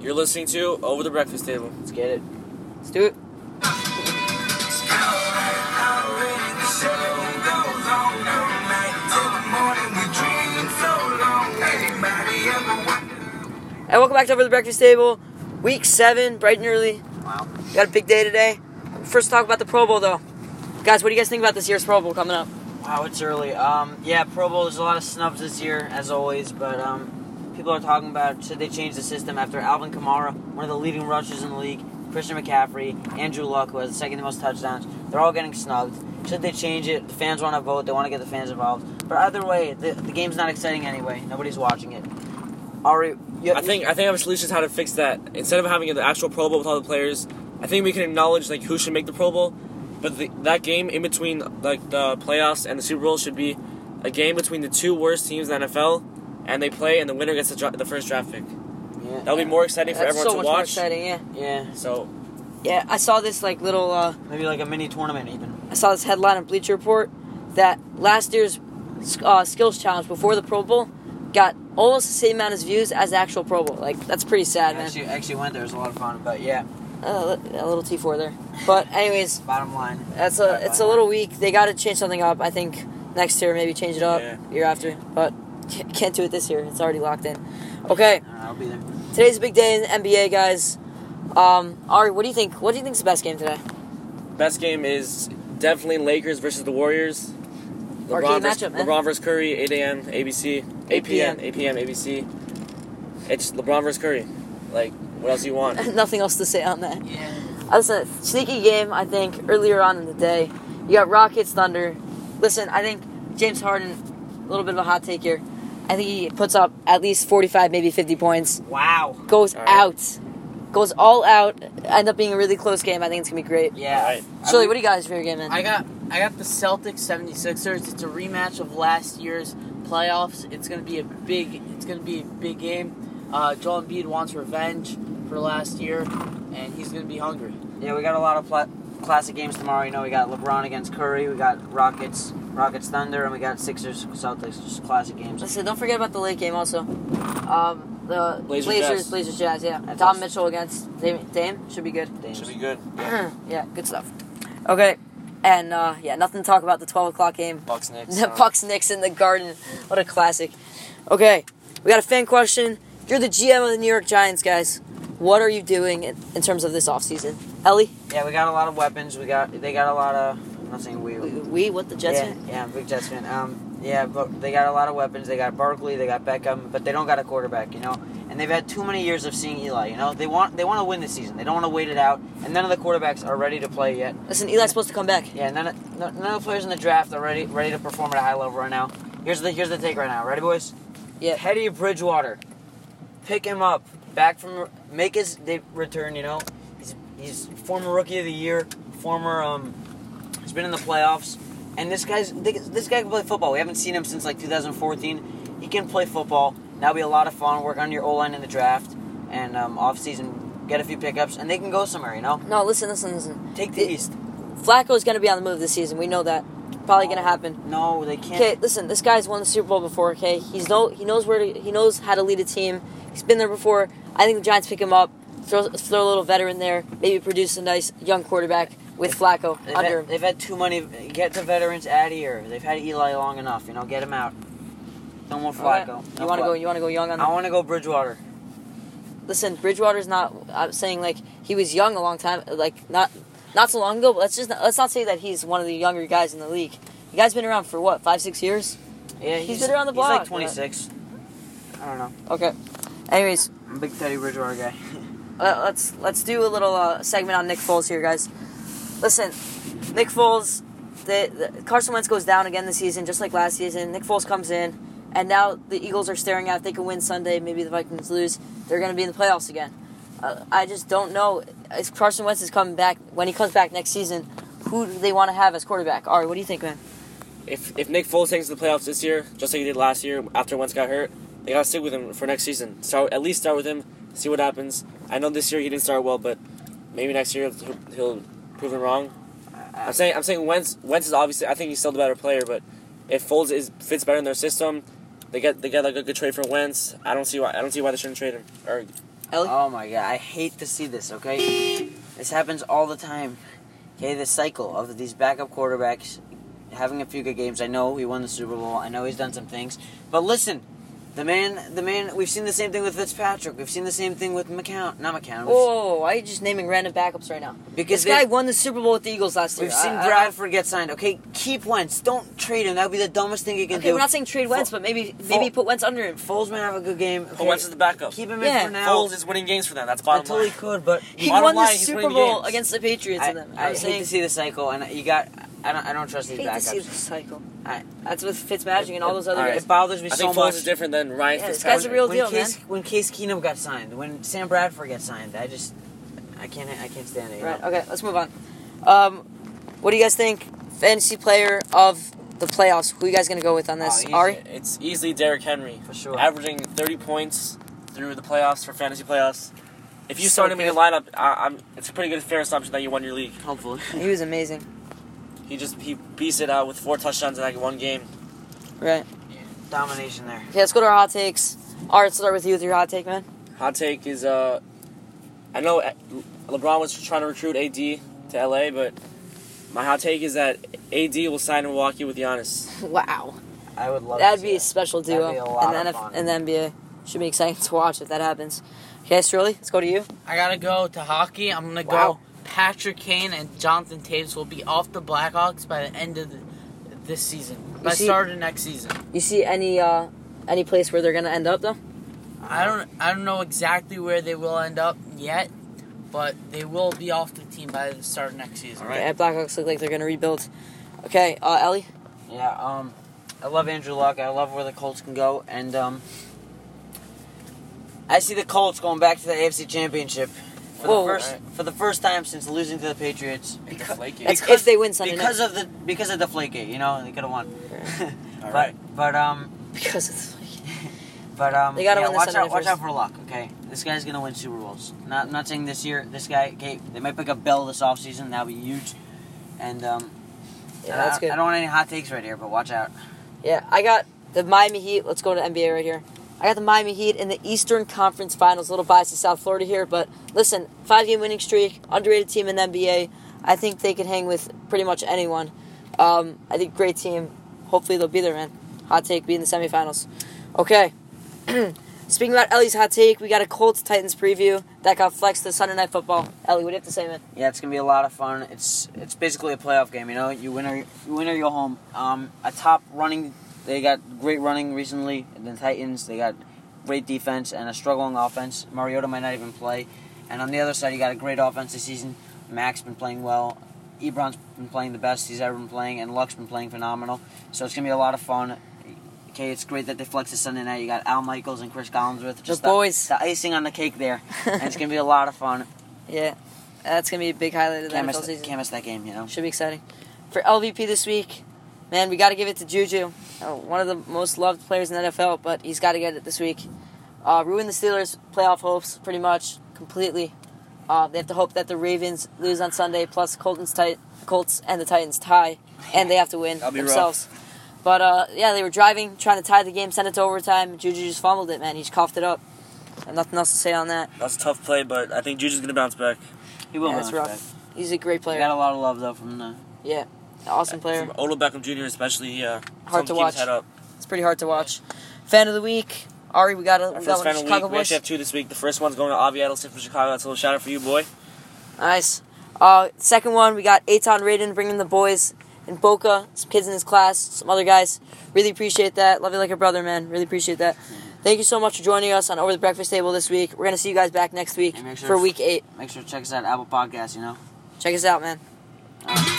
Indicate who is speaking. Speaker 1: You're listening to Over the Breakfast Table.
Speaker 2: Let's get it. Let's do it. And welcome back to Over the Breakfast Table, week seven, bright and early.
Speaker 3: Wow.
Speaker 2: Got a big day today. First, talk about the Pro Bowl, though. Guys, what do you guys think about this year's Pro Bowl coming up?
Speaker 3: Wow, it's early. Um, yeah, Pro Bowl. There's a lot of snubs this year, as always. But um, people are talking about should they change the system after Alvin Kamara, one of the leading rushers in the league, Christian McCaffrey, Andrew Luck, who has the second most touchdowns. They're all getting snubbed. Should they change it? The fans want to vote. They want to get the fans involved. But either way, the, the game's not exciting anyway. Nobody's watching it. Ari, you,
Speaker 1: I think I think I have a solution to how to fix that. Instead of having the actual Pro Bowl with all the players, I think we can acknowledge like who should make the Pro Bowl, but the, that game in between like the playoffs and the Super Bowl should be a game between the two worst teams in the NFL, and they play, and the winner gets the, dra- the first draft pick.
Speaker 3: Yeah,
Speaker 1: That'll be more exciting for
Speaker 2: That's
Speaker 1: everyone to
Speaker 2: so much more
Speaker 1: watch.
Speaker 2: exciting, yeah.
Speaker 3: yeah,
Speaker 1: So
Speaker 2: Yeah, I saw this like little. Uh,
Speaker 3: maybe like a mini tournament even.
Speaker 2: I saw this headline on Bleacher Report that last year's uh, skills challenge before the Pro Bowl got almost the same amount of views as the actual Pro Bowl. Like that's pretty sad, man.
Speaker 3: Actually, actually went there. It was a lot of fun. But yeah,
Speaker 2: Uh, a little T4 there, but anyways,
Speaker 3: bottom line.
Speaker 2: that's a it's a little weak. They got to change something up. I think next year maybe change it up
Speaker 1: Yeah.
Speaker 2: year after, but ca- can't do it this year. It's already locked in. Okay,
Speaker 3: Alright, I'll be there.
Speaker 2: today's a big day in the NBA, guys. Um, Ari, what do you think? What do you think's the best game today?
Speaker 1: best game is definitely Lakers versus the Warriors.
Speaker 2: Arcade
Speaker 1: versus,
Speaker 2: matchup, man.
Speaker 1: LeBron versus Curry, 8 a.m. ABC, 8 p.m. 8 p.m. ABC. It's LeBron versus Curry. Like, what else do you want?
Speaker 2: Nothing else to say on that.
Speaker 3: Yeah.
Speaker 2: That's a sneaky game, I think, earlier on in the day. You got Rockets, Thunder. Listen, I think James Harden, a little bit of a hot take here. I think he puts up at least 45, maybe 50 points.
Speaker 3: Wow.
Speaker 2: Goes
Speaker 1: All right.
Speaker 2: out. Goes all out. End up being a really close game. I think it's going to be great.
Speaker 3: Yeah.
Speaker 1: Alright.
Speaker 2: Shirley, what do you guys for your game, man?
Speaker 4: I got I got the Celtics 76ers. It's a rematch of last year's playoffs. It's gonna be a big it's gonna be a big game. Uh, Joel Embiid wants revenge for last year, and he's gonna be hungry.
Speaker 3: Yeah, we got a lot of pla- classic games tomorrow. You know, we got LeBron against Curry, we got Rockets, Rockets Thunder, and we got Sixers Celtics. Just classic games.
Speaker 2: Listen, don't forget about the late game also. Um, the
Speaker 1: Blazers,
Speaker 2: Blazers,
Speaker 1: Jazz.
Speaker 2: Blazers, Jazz, yeah.
Speaker 3: That's
Speaker 2: Tom
Speaker 3: awesome.
Speaker 2: Mitchell against Dame, Dame should be good.
Speaker 3: Dames.
Speaker 1: Should be good.
Speaker 2: yeah, good stuff. Okay, and uh, yeah, nothing to talk about the 12 o'clock game.
Speaker 1: Bucks Knicks. uh,
Speaker 2: The Bucks Knicks in the Garden. What a classic. Okay, we got a fan question. You're the GM of the New York Giants, guys. What are you doing in, in terms of this offseason? Ellie,
Speaker 3: Yeah, we got a lot of weapons. We got they got a lot of. I'm not saying we.
Speaker 2: we, we what the Jets?
Speaker 3: yeah, yeah, I'm a big Jets fan. Um, yeah, but they got a lot of weapons. They got Barkley, they got Beckham, but they don't got a quarterback, you know. And they've had too many years of seeing Eli. You know, they want they want to win this season. They don't want to wait it out. And none of the quarterbacks are ready to play yet.
Speaker 2: Listen, Eli's supposed to come back.
Speaker 3: Yeah, none of, no- none of the players in the draft are ready ready to perform at a high level right now. Here's the here's the take right now. Ready, boys?
Speaker 2: Yeah.
Speaker 3: Teddy Bridgewater, pick him up. Back from make his de- return. You know, he's he's former rookie of the year, former um, he's been in the playoffs, and this guy's this guy can play football. We haven't seen him since like 2014. He can play football. That'll be a lot of fun. Work on your O line in the draft and um, off season. Get a few pickups, and they can go somewhere. You know,
Speaker 2: No, listen, listen, listen.
Speaker 3: take the
Speaker 2: It-
Speaker 3: East.
Speaker 2: Flacco's going to be on the move this season. We know that. Probably going to happen.
Speaker 3: No, they can't.
Speaker 2: Okay, listen, this guy's won the Super Bowl before. Okay, he's no, he knows where to, he knows how to lead a team. He's been there before. I think the Giants pick him up, throw, throw a little veteran there, maybe produce a nice young quarterback with Flacco
Speaker 3: They've
Speaker 2: under him.
Speaker 3: had, they've had too many. Get the veterans out of here. They've had Eli long enough. You know, get him out. No more
Speaker 2: All right.
Speaker 3: Flacco.
Speaker 2: You want to go? You want to go young on?
Speaker 3: I
Speaker 2: That?
Speaker 3: want to go Bridgewater.
Speaker 2: Listen, Bridgewater's not. I'm saying like he was young a long time, like not not so long ago. But let's just not, let's not say that he's one of the younger guys in the league. The guy's been around for what five, six years.
Speaker 3: Yeah,
Speaker 2: He's been around the
Speaker 3: He's
Speaker 2: block,
Speaker 3: like 26. I don't know.
Speaker 2: Okay. Anyways,
Speaker 3: I'm a big Teddy Bridgewater guy.
Speaker 2: let- let's let's do a little uh, segment on Nick Foles here, guys. Listen, Nick Foles, the, the Carson Wentz goes down again this season, just like last season. Nick Foles comes in, and now the Eagles are staring at if they can win Sunday. Maybe the Vikings lose. They're going to be in the playoffs again. Uh, I just don't know. If Carson Wentz is coming back when he comes back next season, who do they want to have as quarterback? Ari, what do you think, man?
Speaker 1: If, if Nick Foles takes the playoffs this year, just like he did last year after Wentz got hurt, they gotta stick with him for next season. Start at least start with him, see what happens. I know this year he didn't start well, but maybe next year he'll, he'll prove him wrong. I'm saying I'm saying Wentz Wentz is obviously I think he's still the better player, but if Foles is fits better in their system, they get they get like a good trade for Wentz. I don't see why I don't see why they shouldn't trade him or
Speaker 2: Ellie?
Speaker 3: Oh my god, I hate to see this, okay? This happens all the time. Okay, the cycle of these backup quarterbacks having a few good games. I know he won the Super Bowl. I know he's done some things. But listen, the man the man we've seen the same thing with Fitzpatrick. We've seen the same thing with McCown not McCown. We've-
Speaker 2: Whoa, Oh, why are you just naming random backups right now?
Speaker 3: because
Speaker 2: This
Speaker 3: they-
Speaker 2: guy won the Super Bowl with the Eagles last year.
Speaker 3: We've seen
Speaker 2: I- I-
Speaker 3: Bradford get signed. Okay, keep Wentz. Don't trade him. That would be the dumbest thing you can
Speaker 2: Okay,
Speaker 3: do.
Speaker 2: we're not saying trade Wentz, but maybe maybe
Speaker 3: Foles-
Speaker 2: put Wentz under him.
Speaker 3: Foles might have a good game. Okay,
Speaker 1: Wentz is the backup.
Speaker 3: Keep him
Speaker 2: Yeah.
Speaker 3: in for now.
Speaker 1: Foles is winning games for them. That's
Speaker 3: I
Speaker 1: bottom
Speaker 3: totally
Speaker 1: line.
Speaker 3: could, but
Speaker 2: He
Speaker 1: Bottom
Speaker 2: won the
Speaker 1: line, he's
Speaker 2: Super
Speaker 1: winning
Speaker 2: Bowl
Speaker 1: games.
Speaker 2: against the Patriots.
Speaker 3: I,
Speaker 2: and them.
Speaker 3: I
Speaker 2: was
Speaker 3: hate
Speaker 2: saying,
Speaker 3: to see the cycle, and you got. I don't. I don't trust these
Speaker 2: hate to see the
Speaker 3: backups.
Speaker 2: cycle.
Speaker 3: I-
Speaker 2: That's with Fitzmagic and all those other
Speaker 1: All right.
Speaker 2: guys.
Speaker 3: It bothers me
Speaker 1: I
Speaker 3: so
Speaker 1: think Foles
Speaker 3: much.
Speaker 1: is different than Ryan
Speaker 2: Yeah, this
Speaker 1: Fitzpatrick.
Speaker 2: guy's a real
Speaker 3: when
Speaker 2: deal,
Speaker 3: Case, When Case Keenum got signed, when Sam Bradford got signed, I just. I can't. I can't stand it. you
Speaker 2: Right.
Speaker 3: know?
Speaker 2: Okay. Let's move on. Um, what do you guys think? Fantasy player of the playoffs. Who you guys gonna go with on this?
Speaker 3: Oh, easy.
Speaker 2: Ari.
Speaker 1: It's easily Derrick Henry.
Speaker 3: For sure.
Speaker 1: Averaging 30 points through the playoffs for fantasy playoffs. If you
Speaker 2: So
Speaker 1: start him in your
Speaker 2: good.
Speaker 1: lineup, I, I'm, it's a pretty good fair assumption that you won your league.
Speaker 3: Hopefully.
Speaker 2: He was amazing.
Speaker 1: He just he beats it out with four touchdowns in like one game.
Speaker 2: Right.
Speaker 3: Domination there.
Speaker 2: Okay. Let's go to our hot takes. Ari, let's start with you with your hot take, man.
Speaker 1: Hot take is uh, I know uh, LeBron was trying to recruit AD to LA, but my hot take is that AD will sign in Milwaukee with Giannis.
Speaker 2: Wow.
Speaker 3: I would love.
Speaker 2: That'd
Speaker 3: to
Speaker 2: be a
Speaker 3: see
Speaker 2: special
Speaker 3: That'd
Speaker 2: duo
Speaker 3: be a lot
Speaker 2: in the
Speaker 3: of fun.
Speaker 2: in the NBA. Should be exciting to watch if that happens. Okay, Shirley, let's go to you.
Speaker 4: I gotta go to hockey. I'm gonna
Speaker 3: Wow.
Speaker 4: go. Patrick Kane and Jonathan Taves will be off the Blackhawks by the end of the, this season. By
Speaker 2: see-
Speaker 4: start of next season.
Speaker 2: You see any uh, any place where they're gonna end up though?
Speaker 4: I don't I don't know exactly where they will end up yet, but they will be off the team by the start of next season.
Speaker 3: All right.
Speaker 2: Yeah, Blackhawks look like they're gonna rebuild. Okay, uh, Ellie.
Speaker 3: it. Yeah. Um. I love Andrew Luck. I love where the Colts can go, and um. I see the Colts going back to the AFC Championship for
Speaker 2: Whoa.
Speaker 3: the first for the first time since losing to the Patriots.
Speaker 2: That's if they win Sunday
Speaker 3: because
Speaker 2: night.
Speaker 3: of the because of the Deflategate, you know, they could have won.
Speaker 1: All
Speaker 3: but
Speaker 1: right.
Speaker 3: but um
Speaker 2: Because it's
Speaker 3: but um
Speaker 2: They gotta
Speaker 3: yeah,
Speaker 2: win this
Speaker 3: watch
Speaker 2: Sunday
Speaker 3: out watch
Speaker 2: first.
Speaker 3: out for luck, okay? This guy's gonna win Super Bowls. Not not saying this year, this guy okay, they might pick up Bell this offseason, that'll be huge. And um
Speaker 2: yeah, that's
Speaker 3: I-
Speaker 2: good.
Speaker 3: I don't want any hot takes right here, but watch out.
Speaker 2: yeah, I got the Miami Heat. Let's go to NBA right here. I got the Miami Heat in the Eastern Conference Finals. A little bias to South Florida here, but listen, five game winning streak, underrated team in the NBA. I think they can hang with pretty much anyone. Um, I think great team. Hopefully they'll be there, man. Hot take, be in the semifinals. Okay. Speaking about Ellie's hot take, we got a Colts Titans preview that got flexed to Sunday Night Football. Ellie, what do you have to say, man?
Speaker 3: Yeah, it's gonna be a lot of fun. It's it's basically a playoff game. You know, you win or you win or you go home. Um, a top running, they got great running recently. The Titans, they got great defense and a struggling offense. Mariota might not even play. And on the other side, you got a great offense this season. Mac's been playing well. Ebron's been playing the best he's ever been playing, and Luck's been playing phenomenal. So it's gonna be a lot of fun. Okay, it's great that they flex this Sunday night. You got Al Michaels and Chris Collinsworth. Just
Speaker 2: boys.
Speaker 3: The, the icing on the cake there. and it's gonna be a lot of fun.
Speaker 2: Yeah, that's gonna be a big highlight of the
Speaker 3: Can't
Speaker 2: NFL
Speaker 3: miss,
Speaker 2: season.
Speaker 3: can't miss that game, you know.
Speaker 2: Should be exciting. For LVP this week, man, we got to give it to Juju, Uh, one of the most loved players in the NFL, but he's got to get it this week. Uh, ruined the Steelers' playoff hopes pretty much completely. Uh, they have to hope that the Ravens lose on Sunday, plus Colton's tit- Colts and the Titans tie, and they have to win
Speaker 1: That'll be rough.
Speaker 2: themselves. But uh, yeah, they were driving, trying to tie the game, send it to overtime. Juju just fumbled it, man. He just coughed it up. I have nothing else to say on that.
Speaker 1: That's a tough play, but I think Juju's gonna bounce back.
Speaker 3: He will
Speaker 2: Yeah, that's
Speaker 3: bounce
Speaker 2: rough. He's a great
Speaker 3: back. He
Speaker 2: player.
Speaker 3: got a lot of love though from the.
Speaker 2: Yeah, awesome player.
Speaker 1: From Odell Beckham Jr. especially, he uh,
Speaker 2: Hard
Speaker 1: something
Speaker 2: to
Speaker 1: keeps his
Speaker 2: watch.
Speaker 1: Head up.
Speaker 2: It's pretty hard to watch. Fan of the week, Ari. We got a
Speaker 1: Our
Speaker 2: we
Speaker 1: first
Speaker 2: got one.
Speaker 1: fan of the
Speaker 2: Chicago
Speaker 1: week. We
Speaker 2: Bulls.
Speaker 1: actually have two this week. The first one's going to Avi Adelson from Chicago. That's a little shout out for you, boy.
Speaker 2: Nice. Uh, second one, we got Aton Raiden bringing the boys and Boca, some kids in his class, some other guys. Really appreciate that. Love you like a brother, man. Really appreciate that. Thank you so much for joining us on Over the Breakfast Table this week. We're gonna see you guys back next week
Speaker 3: And make sure
Speaker 2: for
Speaker 3: to-
Speaker 2: Week Eight.
Speaker 3: Make sure to check us out Apple Podcasts. You know.
Speaker 2: Check us out, man.
Speaker 3: Uh,